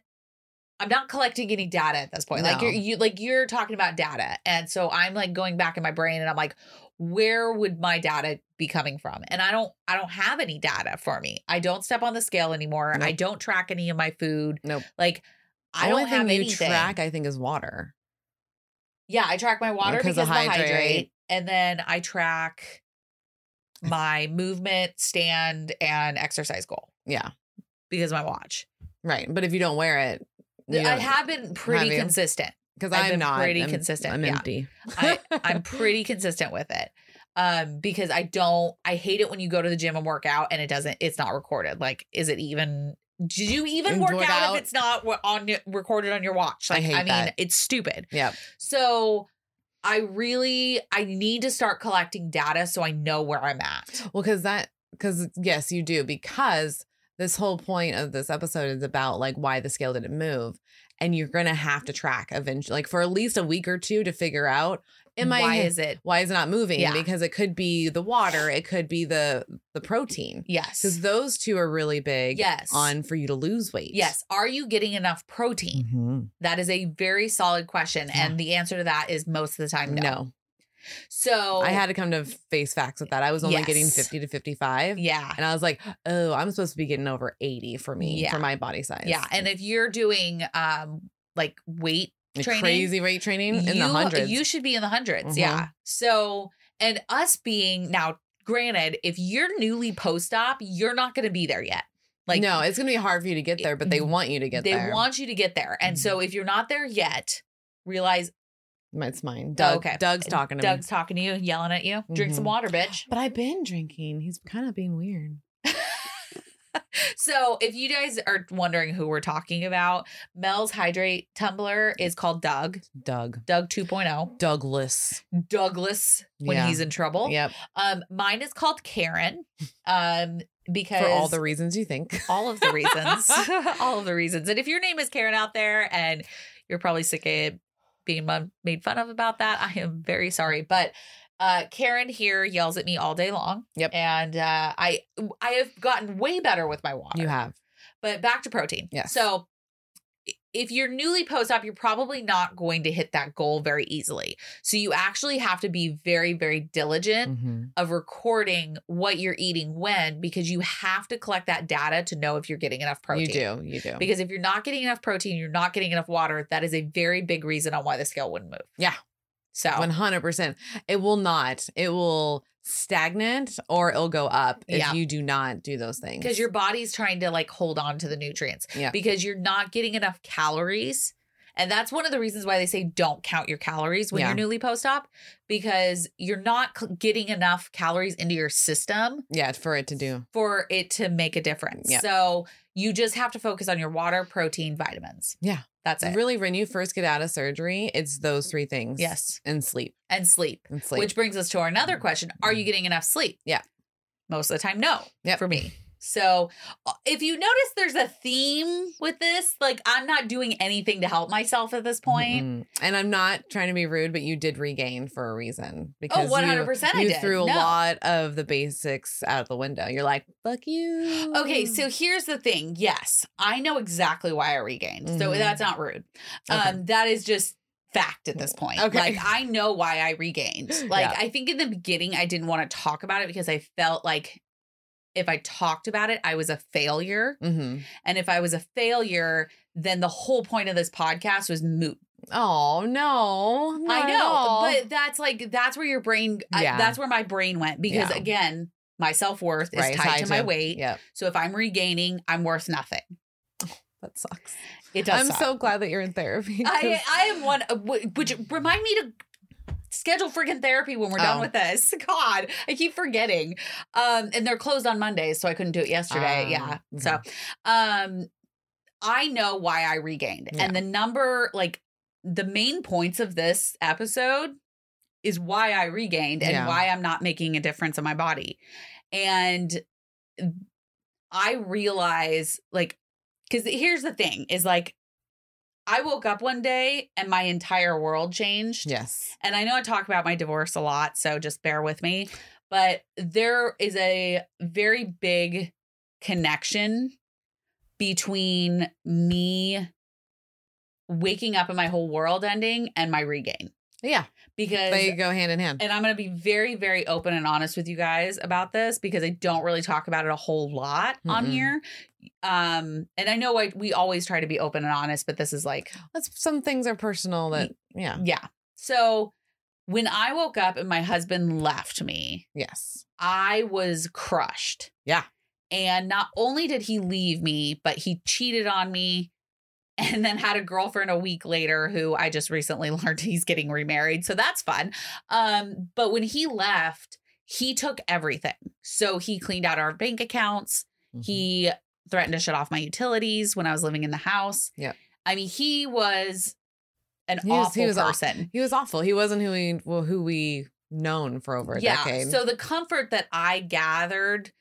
I'm not collecting any data at this point. Like
No.
you're you like you're talking about data. And so I'm like going back in my brain and I'm like, where would my data be coming from? And I don't I don't have any data for me. I don't step on the scale anymore. I
Nope.
don't track any of my food.
Nope.
Like I
Only
don't have
thing you
anything.
track, I think, is water.
Yeah, I track my water because,
because of
of the hydrate.
hydrate.
and then I track my movement, stand, and exercise goal
Yeah,
because of my watch.
right. But if you don't wear it, you
I
don't-
have been pretty
Have you?
consistent.
because
I've
I'm
been
not
pretty
I'm-
consistent,
I'm
yeah.
empty.
I, I'm pretty consistent with it. Um, because I don't I hate it when you go to the gym and work out and it doesn't it's not recorded. Like, is it even Did you even
And
work
do it
out,
out?
if it's not wa- on your- recorded on your watch?
I
Like, I,
hate
mean,
that.
it's stupid.
Yep.
So I really I need to start collecting data so I know where I'm at.
Well, because that, because yes, you do, because this whole point of this episode is about like why the scale didn't move. And you're going to have to track eventually, like for at least a week or two to figure out, am I,
Why is it?
why is it not moving?
Yeah.
Because it could be the water, it could be the the protein. Because
Yes.
those two are really big
Yes.
on for you to lose weight.
Yes. Are you getting enough protein?
Mhm.
That is a very solid question.
Yeah.
And the answer to that is most of the time no.
No.
So
I had to come to face facts with that. I was only getting
Oh. Yes.
50 to 55.
Yeah.
And I was like, oh, I'm supposed to be getting over 80 for me,
Yeah.
for my body size.
Yeah. And if you're doing um like weight
Like
training,
crazy weight training in
you,
the hundreds.
You should be in the 100s
Mhm.
Yeah. So, and us being now, granted, if you're newly post op, you're not going to be there yet. Like,
no, it's going to be hard for you to get there, but they
It-
want you to get
they
there. Mm-hmm.
want you to get there. And so, if you're not there yet, realize
it's mine. Doug,
okay.
Oh, Doug's talking to
Doug's
me.
talking to you, yelling at you. Drink some
Mhm.
water, bitch.
But I've been drinking. He's kind of being weird.
So, if you guys are wondering who we're talking about, Mel's hydrate tumbler is called Doug,
Doug.
Doug 2.0,
Douglas.
Douglas when
Yeah.
he's in trouble.
Yep.
Um, mine is called Karen, um, because
For all the reasons you think.
all of the reasons. all of the reasons. And if your name is Karen out there and you're probably sick of being mon- made fun of about that, I am very sorry. But uh, Karen here yells at me all day long.
Yep.
And uh, I I have gotten way better with my water.
You have.
But back to protein.
Yes.
So i- if you're newly post op, you're probably not going to hit that goal very easily. So you actually have to be very, very diligent
Mhm.
of recording what you're eating when because you have to collect that data to know if you're getting enough protein.
You do. You do.
Because if you're not getting enough protein, you're not getting enough water. That is a very big reason on why the scale wouldn't move.
Yeah.
So,
One hundred percent. It will not. It will stagnant or it'll go up if
Yeah.
you do not do those things.
because your body's trying to like hold on to the nutrients
Yeah.
because you're not getting enough calories. And that's one of the reasons why they say don't count your calories when
Yeah.
you're newly post op because you're not c- getting enough calories into your system
yeah for it to do.
for it to make a difference.
Yeah.
So, you just have to focus on your water, protein, vitamins.
Yeah.
That's it.
Really, when you first get out of surgery, it's those three things.
Yes.
and sleep
And sleep.
and sleep.
Which brings us to our another question Are you getting enough sleep?
Yeah.
Most of the time, no.
Yep.
For me. So uh, if you notice there's a theme with this, like I'm not doing anything to help myself at this point. Oh,
Mm-mm. And I'm not trying to be rude, but you did regain for a
Oh,
reason because you-
100% I
you,
did.
threw a
No.
lot of the basics out the window. You're like, fuck you.
Okay,
Mm.
so here's the thing. Yes, I know exactly why I regained. So
Mhm.
that's not rude.
Okay.
Um, that is just fact at this point.
Okay.
Like I know why I regained. Like
Yeah.
I think in the beginning I didn't want to talk about it because I felt like if I talked about it, I was a failure.
Mhm.
And if I was a failure, then the whole point of this podcast was moot.
Oh no,
I
not at all.
know, but that's like that's where your brain, I-
Yeah.
that's where my brain went because
Yeah.
again, my self worth is
Right,
tied, to, my weight.
Yep,
So if I'm regaining, I'm worth nothing.
that sucks.
It does.
I'm
suck.
so glad that you're in therapy. 'cause-
I I am one. uh, wh- Would you remind me to schedule freaking therapy when we're done
Oh.
with this? God, I keep forgetting. Um, and they're closed on Mondays, so I couldn't do it yesterday.
Um,
yeah.
mhm.
So, um, I know why I regained,
Yeah.
and the number, like the main points of this episode, is why I regained and
Yeah.
why I'm not making a difference in my body, and I realize like because here's the thing is like I woke up one day and my entire world changed.
Yes.
And I know I talk about my divorce a lot, so just bear with me. But there is a very big connection between me waking up and my whole world ending and my regain.
Yeah.
Because
They go hand in hand.
and I'm going to be very, very open and honest with you guys about this because I don't really talk about it a whole lot on
Mm-mm.
here. Um, and I know I, we always try to be open and honest, but this is like,
That's some things are personal that yeah.
yeah. So when I woke up and my husband left me,
Yes.
I was crushed.
Yeah.
And not only did he leave me, but he cheated on me and then had a girlfriend a week later who I just recently learned he's getting remarried. So that's fun. Um, but when he left, he took everything. So he cleaned out our bank accounts.
Mhm.
He threatened to shut off my utilities when I was living in the house.
Yep.
I mean, he was an
He was-
awful
he was aw-
person.
He was awful. He wasn't who we well, who we known for over a decade.
So the comfort that I gathered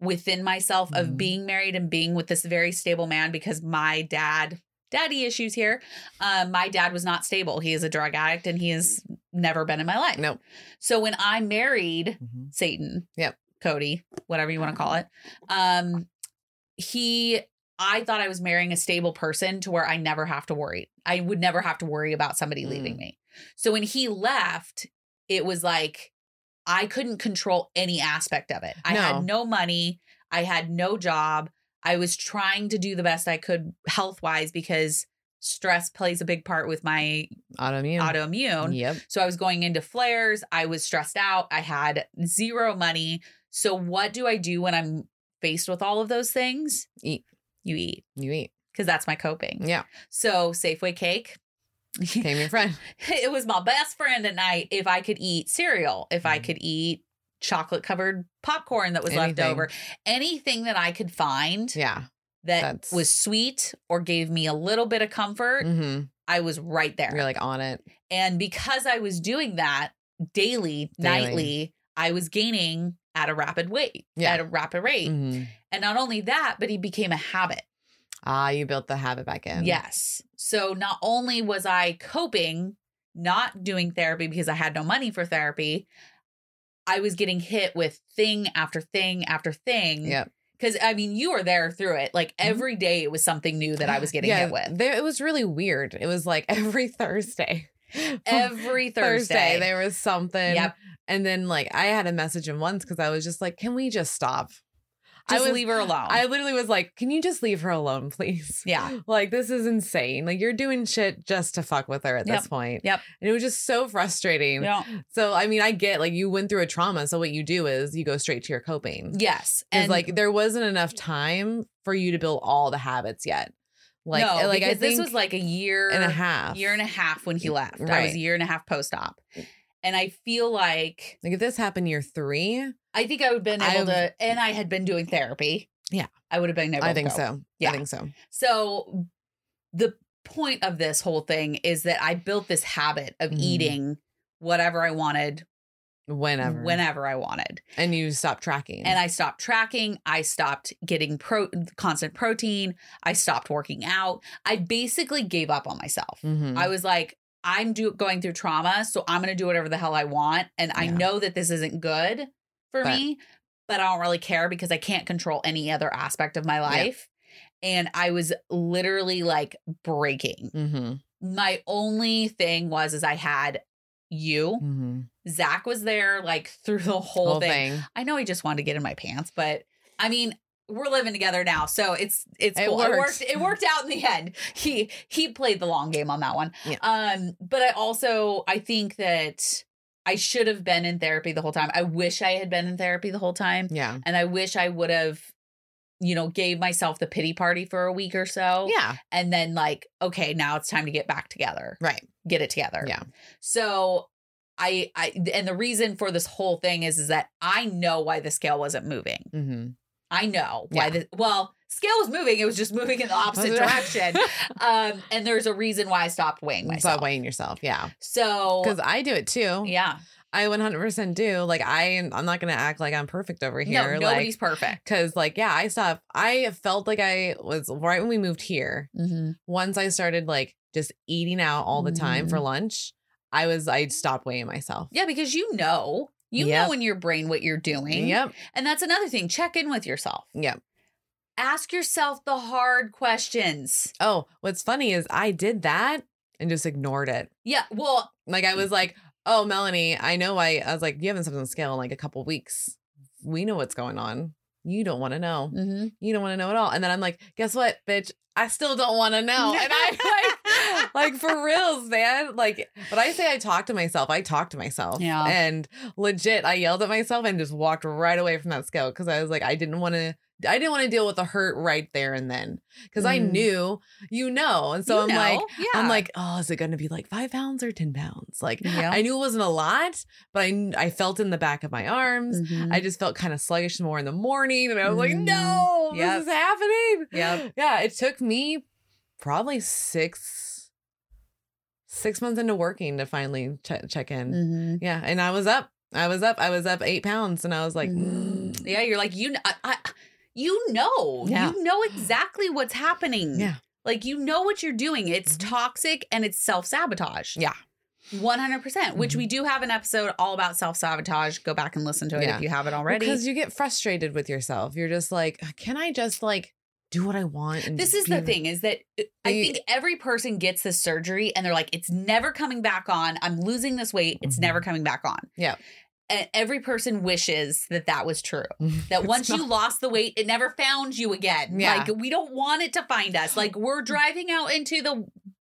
within myself
Mhm.
of being married and being with this very stable man because my dad daddy issues here um my dad was not stable he is a drug addict and he has never been in my life
Nope.
so when i married
Mhm.
Satan.
Yep.
Cody, whatever you want to call it. Um, he, I thought I was marrying a stable person to where I never have to worry. I would never have to worry about somebody
Mm.
leaving me. So when he left, it was like I couldn't control any aspect of it. I
No.
had no money. I had no job. I was trying to do the best I could health wise because stress plays a big part with my
autoimmune.
autoimmune.
Yep.
So I was going into flares. I was stressed out. I had zero money. So what do I do when I'm faced with all of those things?
Eat.
You eat
You eat.
because that's my coping.
Yeah.
So Safeway cake.
Came your friend.
it was my best friend at night if I could eat cereal, if I
Mhm.
could eat chocolate covered popcorn that was left
Anything.
over, anything that I could find
Yeah.
that
that's-
was sweet or gave me a little bit of comfort,
hmm
I was right there.
You're like on it.
And because I was doing that daily, nightly, I was gaining at a rapid weight,
Yeah.
at a rapid rate.
Mhm.
And not only that, but he became a habit.
Ah, you built the habit back in.
Yes. So not only was I coping, not doing therapy because I had no money for therapy, I was getting hit with thing after thing after thing.
Yep.
Because I mean, you were there through it. Like every day it was something new that I was getting
Mm-hmm. yeah,
hit with.
There, it was really weird. It was like every Thursday.
Every Thursday.
there was something.
Yep.
And then like I had a message him once because I was just like, can we just stop?
just
I was,
leave her alone.
I literally was like, can you just leave her alone, please?
yeah.
Like this is insane. Like you're doing shit just to fuck with her at this point.
Yep.
And it was just so frustrating.
Yeah.
So I mean, I get like you went through a trauma. So what you do is you go straight to your coping.
Yes.
Because like there wasn't enough time for you to build all the habits yet. Like,
no,
like I
because
think
this was like a year
and a half.
year and a half when he left. I was
Right.
a year and a half post op, and I feel like
Like if this happened year three,
I think I would have been able
I've-
to, and I had been doing therapy.
Yeah.
I would have been able.
I
to
think
go.
so. I
Yeah.
think so.
So the point of this whole thing is that I built this habit of
Mhm.
eating whatever I wanted,
Whenever.
whenever I wanted,
And you stop tracking.
and I stopped tracking. I stopped getting pro constant protein. I stopped working out. I basically gave up on myself.
Mhm.
I was like, I'm do- going through trauma, so I'm going to do whatever the hell I want. And I
Yeah.
know that this isn't good for
But-
me, but I don't really care because I can't control any other aspect of my life. And I was literally like breaking.
Mhm.
My only thing was is I had you.
Mhm.
Zach was there like through the whole,
Whole
thing.
thing.
I know he just wanted to get in my pants, but I mean, we're living together now, so it's it's
It
cool. It
works. Mm-hmm.
worked. It worked out in the end. He he played the long game on that one.
Yeah.
Um, but I also I think that I should have been in therapy the whole time. I wish I had been in therapy the whole time,
Yeah.
and I wish I would have, you know, gave myself the pity party for a week or so,
Yeah.
and then like, okay, now it's time to get back together
Right.
get it together.
Yeah.
So I I and the reason for this whole thing is is that I know why the scale wasn't moving.
Mm-hmm.
I know why
Yeah.
the well, scale was moving, it was just moving in the opposite direction. um and there's a reason why I stopped weighing myself.
Stop weighing yourself. Yeah.
So
Because I do it too.
yeah.
I 100% do. Like I, I'm not gonna act like I'm perfect over here.
no,
like,
nobody's perfect.
because like yeah, I stopped. I felt like I was right when we moved here.
Mm-hmm.
Once I started like just eating out all the time for lunch, I was I stopped weighing myself.
Yeah, because you know, you
Yep.
know in your brain what you're doing.
Yep.
And that's another thing. Check in with yourself.
Yep.
Ask yourself the hard questions.
Oh, what's funny is I did that and just ignored it.
Yeah. Well,
Like I was like, oh Melanie, I know I I was like, you haven't stepped on the scale in like a couple weeks. We know what's going on. You don't want to know.
mhm.
you don't want to know at all. And then I'm like, guess what, bitch? I still don't want to know. And I like, like for reals, man. Like, but I say I talk to myself. I talk to myself.
Yeah.
And legit, I yelled at myself and just walked right away from that scale because I was like, I didn't want to I didn't want to deal with the hurt right there and then because I
Mm.
knew, you know, and so
You
I'm
know,
like,
yeah.
I'm like, oh, is it going to be like five pounds or ten pounds? Like,
Yeah.
I knew it wasn't a lot, but I kn- I felt in the back of my arms.
Mhm.
I just felt kind of sluggish more in the morning, and I was like,
Mhm.
no,
Yep.
this is happening.
Yep.
Yeah, it took me probably six six months into working to finally che- check in.
Mhm.
Yeah, and I was up. I was up. I was up eight pounds, and I was like, "Mm,
Mhm. yeah, you're like you. kn- I, I- you know,
Yeah.
you know exactly what's happening.
Yeah. Mm-hmm.
like you know what you're doing. It's toxic and it's self sabotage.
Yeah. Mm-hmm.
one hundred percent. Which we do have an episode all about self sabotage. Go back and listen to it
Yeah.
if you haven't already.
because you get frustrated with yourself. You're just like, "Uh, can I just like do what I want? And
this
just
is the
be-
thing is that uh, I
They-
think every person gets this surgery and they're like, it's never coming back on. I'm losing this weight. It's
Mhm.
never coming back on.
Yeah.
And every person wishes that that was true. That
It's
once you
not-
lost the weight, it never found you again.
Yeah. Mm-hmm.
Like, we don't want it to find us. Like, we're driving out into the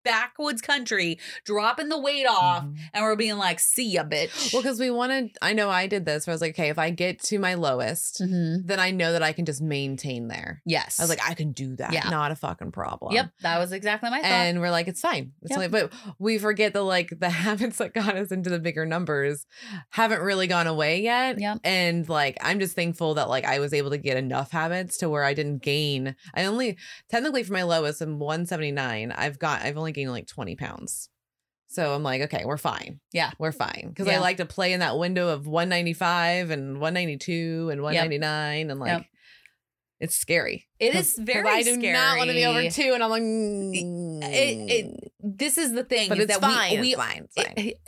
backwoods country, dropping the weight off,
Mhm.
and we're being like, see ya, bitch.
Well, because we wanted, I know I did this where I was like, okay, if I get to my lowest,
Mhm.
then I know that I can just maintain there.
yes.
I was like, I can do that.
Yeah.
Not a fucking problem.
yep, that was exactly my thought.
And we're like, it's fine. It's
Yep.
only, but we forget the like the habits that got us into the bigger numbers haven't really gone away yet.
Yep.
And like, I'm just thankful that like I was able to get enough habits to where I didn't gain. I only technically for my lowest in 179, I've got I've only gained like 20 pounds. So I'm like, okay, we're fine.
Yeah.
we're fine because
Yeah.
I like to play in that window of 195 and 192 and 199 and like.
Yep.
It's scary.
It
'Cause-
is very
'cause I do not want to be
scary.
over two, and I'm like, "Mm."
it- it- this is the thing
but
is
it's
that
fine.
we, we
it's fine. It's fine.
it-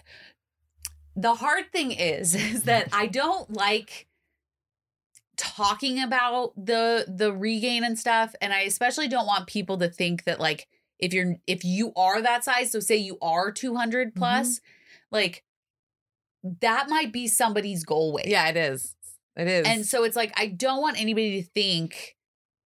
the hard thing is is that I don't like talking about the the regain and stuff and I especially don't want people to think that like if you're if you are that size so say you are
Mm-hmm.
200 plus like that might be somebody's goal weight.
yeah, it is. It is.
And so it's like I don't want anybody to think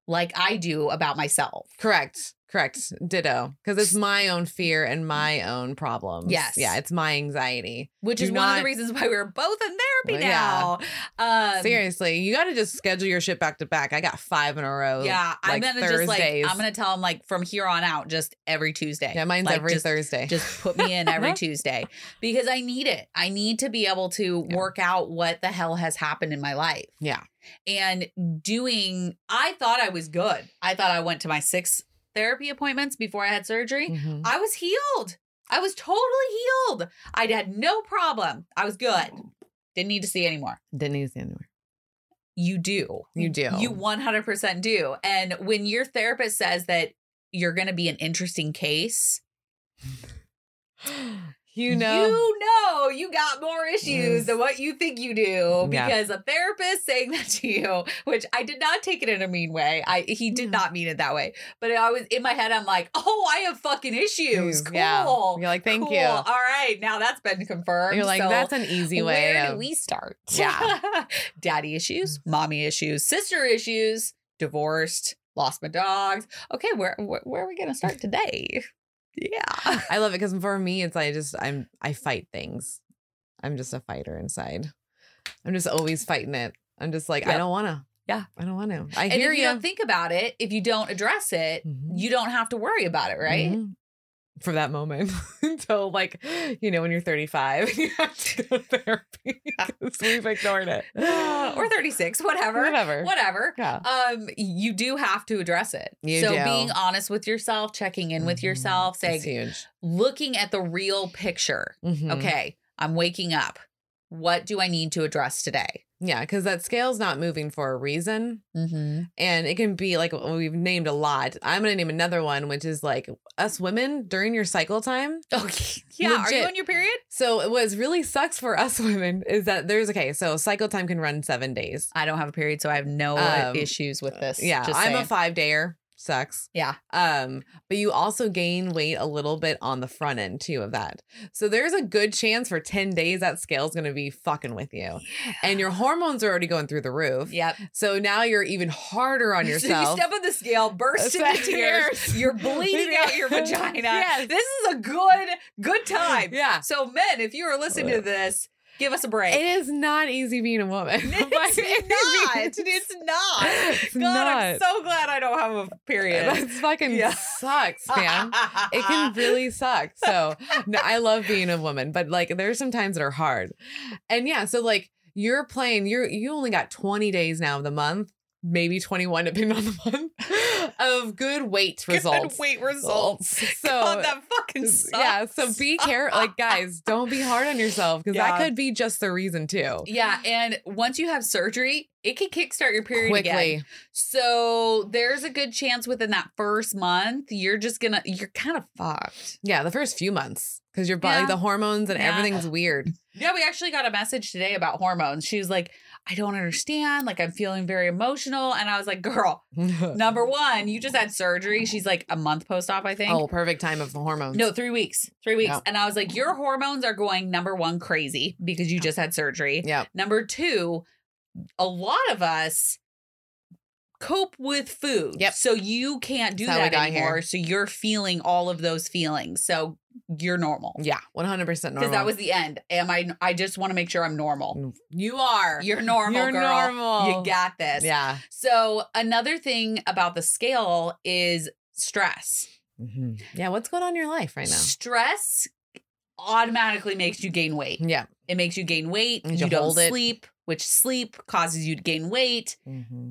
like I do about myself.
correct, correct, ditto. Because it's my own fear and my own problems.
Mm. Yes.
yeah, it's my anxiety.
Which
Do
is one of
not-
the reasons why we're both in therapy
Well, yeah.
now. Um,
Seriously, you got to just schedule your shit back to back. I got five in a row.
Yeah, I'm
like
gonna just like
Thursdays.
I'm gonna tell him like from here on out, just every Tuesday.
yeah, mine's
Like,
every
just,
Thursday.
Just put me in every Tuesday because I need it. I need to be able to
Yeah.
work out what the hell has happened in my life.
Yeah.
and doing. I thought I was good. I thought I went to my six therapy appointments before I had surgery.
Mhm.
I was healed. I was totally healed. I'd had no problem. I was good.
Oh.
Didn't need to see anymore
Didn't need to see anywhere.
you do.
You do.
Mm, You 100% do. And when your therapist says that you're going to be an interesting case,
You know.
you know you got more issues
Yes.
than what you think you do
Yeah.
because a therapist saying that to you, which I did not take it in a mean way. I he did
No.
not mean it that way. But I was in my head I'm like, "Oh, I have fucking issues." Cool.
Yeah. You're like, thank
Cool.
you.
All right. Now that's been confirmed.
You're like,
So-
that's an easy way.
where do
of-
we start?
Yeah.
Daddy issues, mommy issues, sister issues, divorced, lost my dogs. Okay, where where, where are we going to start today? Yeah.
I love it because for me, it's I just I'm I fight things. I'm just a fighter inside. I'm just always fighting it. I'm just like I
Yep.
don't want to.
Yeah.
I don't want to. I
And
hear
if you
ya.
don't Mm-hmm. think about it, if you don't address it,
Mhm.
you don't have to worry about it, right?
Mhm. For that moment until like you know when you're 35 and you have to go to therapy because we've ignored it
or 36, Mm-hmm. whatever.
whatever.
Whatever.
Yeah.
Um you do have to address it.
You
so
do.
being honest with yourself, checking in with
Mhm.
yourself, saying
It's huge.
looking at the real picture.
Mhm.
okay, I'm waking up. What do I need to address today?
Yeah, because that scale's not moving for a reason.
Mm-hmm.
and it can be like we've named a lot. I'm gonna name another one, which is like us women during your cycle time.
Okay. Yeah. Are
Legit.
you on your period?
So what is really sucks for us women is that there's okay. So cycle time can run seven days.
I don't have a period, so I have no uh,
Um,
issues with this.
Yeah,
Just
I'm
saying.
a five dayer. Sucks.
Yeah.
Um, but you also gain weight a little bit on the front end too of that. So there's a good chance for ten days that scale's gonna be fucking with you, and your hormones are already going through the roof.
Yep.
So now you're even harder on
So you
yourself.
step on the scale, burst into
Yes.
tears. You're bleeding out your vagina.
Yes.
This is a good, good time.
yeah.
So, men, if you are listening to this, Give us a break.
It is not easy being a woman.
It's not. It's not.
It's
God, I'm
not.
so glad I don't have a period.
That fucking
Yeah.
sucks, man. it can really suck. So no, I love being a woman, but like there's some times that are hard. And yeah, so like you're playing, you're you only got 20 days now of the month, maybe 21 depending on the month, of good weight results.
Good weight results.
So
God, that fucking sucks.
yeah, so be careful. Like guys, don't be hard on yourself because that
Yeah.
could be just the reason too.
Yeah, and once you have surgery, it can kickstart your period again.
Quickly.
So there's a good chance within that first month, you're just gonna, you're kind of fucked.
Yeah, the first few months because your body,
Yeah.
the hormones and
Yeah.
everything's weird.
Yeah, we actually got a message today about hormones. She was like, I don't understand. Like, I'm feeling very emotional. And I was like, girl, number one, you just had surgery. She's like a month post op, I think.
oh, perfect time of the hormones.
No, three weeks. Three weeks.
Yeah.
And I was like, your hormones are going number one crazy because you just had surgery.
Yeah.
Number two, a lot of us cope with food.
Yep.
So you can't do
That's how we
that
got here.
anymore. So you're feeling all of those feelings. So you're normal.
Yeah, 100% normal.
Because that was the end. Am I I just want to make sure I'm normal.
Mm.
You are. You're normal,
You're
girl.
normal.
You got this.
Yeah.
So another thing about the scale is stress.
Yeah. What's going on in your life right now?
Stress automatically makes you gain weight.
Yeah.
It makes you gain weight.
Mm-hmm. Makes
you
you
don't
hold it.
sleep, which sleep causes you to gain weight.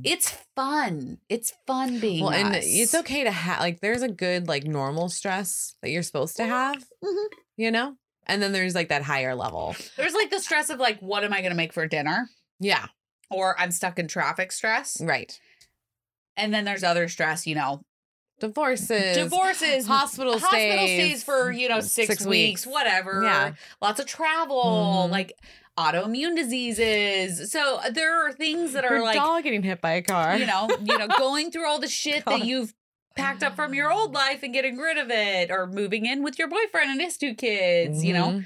It's fun. It's fun being
Well, and
us.
it's okay to have, like, there's a good, like, normal stress that you're supposed to have,
Mhm.
you know? And then there's like that higher level.
There's like the stress of like, what am I going to make for dinner?
Yeah.
Or I'm stuck in traffic stress.
Right.
And then there's other stress, you know,
Divorces,
divorces,
hospital stays.
hospital stays for you know six,
Six
weeks,
weeks.
whatever.
Yeah.
lots of travel,
Mhm.
like autoimmune diseases. So uh, there are things that are
Your
like
dog getting hit by a car.
you know, you know, going through all the shit that
God.
you've packed up from your old life and getting rid of it, or moving in with your boyfriend and his two kids. You know,
Mhm.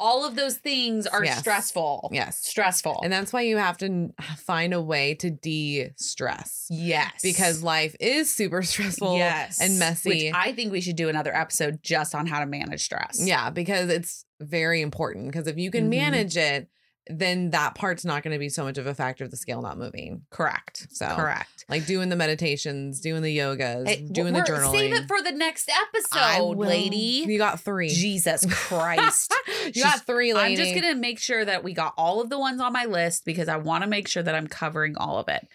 all of those things are
Yes.
stressful.
Yes.
stressful.
And that's why you have to n- find a way to de stress
yes,
because life is super stressful
yes,
and messy.
Which I think we should do another episode just on how to manage stress.
Yeah, because it's very important. Because if you can
Mhm.
manage it, then that part's not going to be so much of a factor of the scale not moving.
correct.
So,
Correct.
like doing the meditations, doing the yogas,
Hey,
doing the
we're-
journaling.
Save it for the next
I
episode,
will.
lady.
You got three.
Jesus Christ.
you
She's-
got three, lady.
I'm just going to make sure that we got all of the ones on my list because I want to make sure that I'm covering all of it.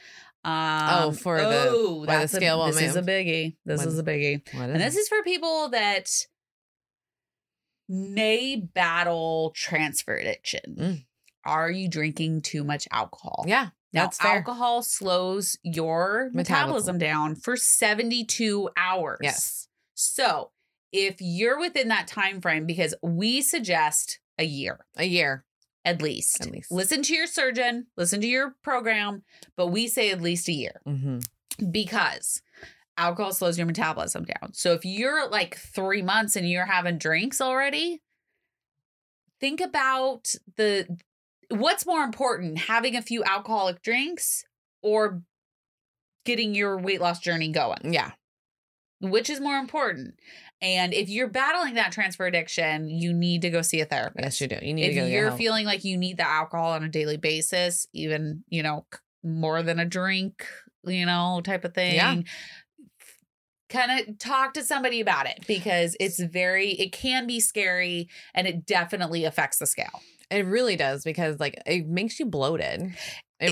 Um,
Oh, for the-
oh,
why the
that's
scale
a,
won't
This is a
move.
biggie. This
When-
is a biggie.
What
And this is for people that may battle transfer addiction.
Mm.
Are you drinking too much alcohol?
yeah,
Now,
that's fair.
alcohol slows your metabolism,
Metabolism.
down for 72 hours.
Yes.
So, if you're within that time frame because we suggest a year
A year
at least.
at least.
Listen to your surgeon, listen to your program, but we say at least a year
Mhm.
because alcohol slows your metabolism down. So, if you're at like 3 months and you're having drinks already, think about the what's more important, having a few alcoholic drinks or getting your weight loss journey going
Yeah,
which is more important. And if you're battling that transfer addiction, you need to go see a therapist.
yes, you do. You need to go.
If
get
you're
help.
feeling like you need the alcohol on a daily basis, even, you know, c- more than a drink, you know, type of thing.
Yeah.
Kind of talk to somebody about it because it's very, it can be scary and it definitely affects the scale.
It really does because like it makes you bloated. It,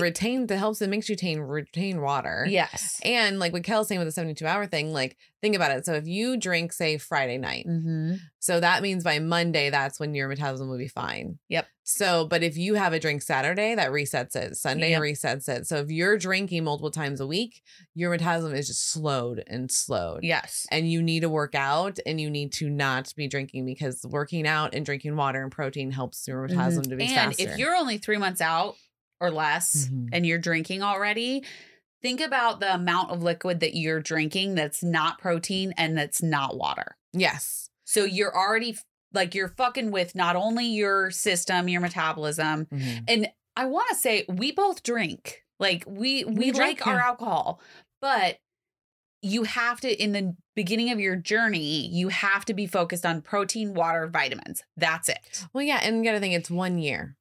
It-
retains. It helps. It makes you retain retain water.
Yes.
And like what Kel's saying with the 72 hour thing, like think about it. So if you drink, say, Friday night,
hmm
so that means by Monday, that's when your metabolism will be fine.
Yep.
So, but if you have a drink Saturday, that resets it. Sunday
Yep.
resets it. So if you're drinking multiple times a week, your metabolism is just slowed and slowed.
Yes.
And you need to work out and you need to not be drinking because working out and drinking water and protein helps your metabolism to be
Mm-hmm. and
faster.
if you're only three months out or less
Mhm.
and you're drinking already think about the amount of liquid that you're drinking that's not protein and that's not water
yes.
so you're already f- like you're fucking with not only your system your metabolism
Mhm.
i want to say we both drink like we we,
We
like
drink,
our
yeah.
alcohol but you have to in the beginning of your journey you have to be focused on protein water vitamins that's it
Well, yeah. And you got to think it's one year.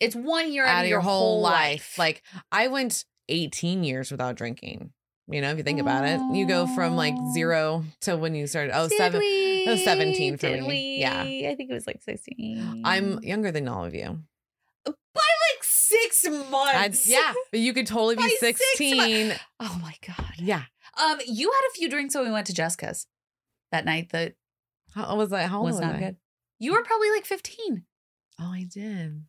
It's one year
out of your whole life. Like I went 18 years without drinking. You know, if you think about it, you go from like
Aw.
zero to when you started. Oh,
Did
seven.
We?
was 17 for
Did
me.
We?
Yeah.
I think it was like 16.
I'm younger than all of you.
by like six
I'd,
months.
yeah, but you could totally
By
be
six months.
16.
Oh my God.
yeah.
Um, you had a few drinks when we went to Jessica's that night that
How old was I? How old
was
was
not
I?
good. You were probably like 15.
Oh, I did.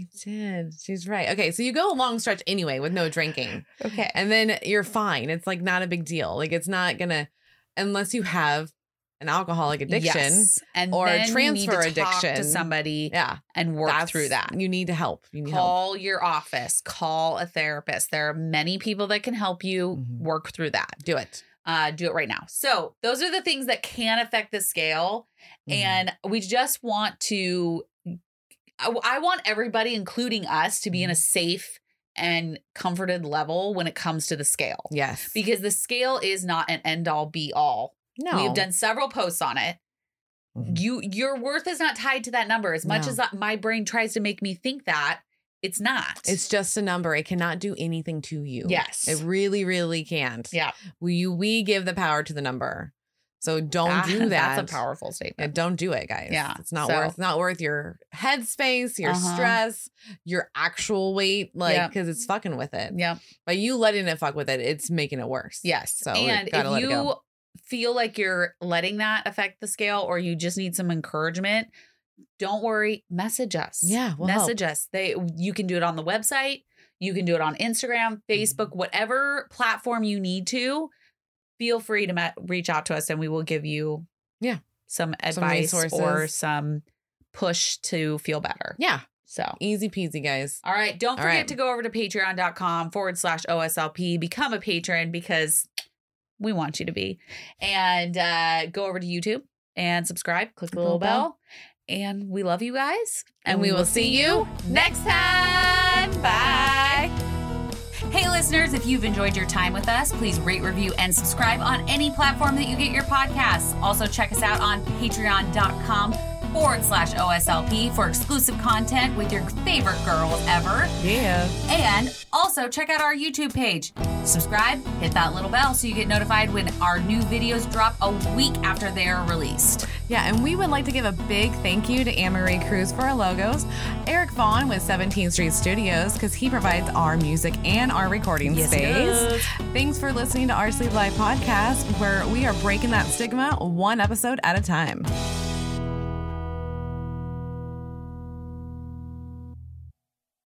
I did. She's right. Okay, so you go a long stretch anyway with no drinking,
Okay.
and then you're fine. It's like not a big deal. Like it's not gonna, unless you have an alcoholic addiction.
Yes. And
or
then you need
transfer
to talk to
addiction.
somebody
Yeah,
and work
that's-
through that.
You need to help. You need help.
Call your office, call a therapist. There are many people that can help you
Mhm.
work through that.
Do it.
Uh, do it right now. So, those are the things that can affect the scale.
Mm-hmm.
And we just want to, mm, I, I want everybody, including us, to be
Mm-hmm.
in a safe and comforted level when it comes to the scale.
yes,
Because the scale is not an end all be all.
no,
We've done several posts on it.
Mhm.
You your worth is not tied to that number as much
No.
as that, my brain tries to make me think that it's not.
It's just a number. It cannot do anything to you.
Yes.
It really, really can't.
Yeah.
We we give the power to the number. So don't do that.
Ah, That's a powerful
Yeah,
statement.
don't do it, guys.
Yeah,
It's not
so-
worth it's not worth your headspace, your
Uh-huh.
stress, your actual weight, like
Yep.
because it's fucking with it.
Yeah.
But you letting it fuck with it, it's making it worse.
Yes.
So we
and
gotta
if
let it go.
you feel like you're letting that affect the scale or you just need some encouragement, don't worry, message us.
Yeah, we'll help.
message us. They you can do it on the website, you can do it on Instagram,
Mm-hmm.
Facebook, whatever platform you need to. Feel free to ma- reach out to us and we will give you
Yeah.
some advice or
resources.
some push to feel better.
Yeah.
So
Easy peasy, guys.
all right. Don't
All
forget
right.
to go over to patreon.com forward slash OSLP, become a patron because we want you to be. And uh, go over to YouTube and subscribe, click the little
Little bell.
bell. And we love you guys.
And, we will see you
next time. Bye.
Hey, listeners, if you've enjoyed your time with us, please rate, review, and subscribe on any platform that you get your podcasts. Also, check us out on patreon.com forward slash OSLP for exclusive content with your favorite girls ever.
Yeah.
And also check out our YouTube page. Subscribe, hit that little bell so you get notified when our new videos drop a week after they are released.
Yeah, and we would like to give a big thank you to Anne-Marie Cruz for our logos, Eric Vaughn with 17th Street Studios, because he provides our music and our recording
Yes, he does.
space. Thanks for listening to our Sleep Live podcast, where we are breaking that stigma one episode at a time.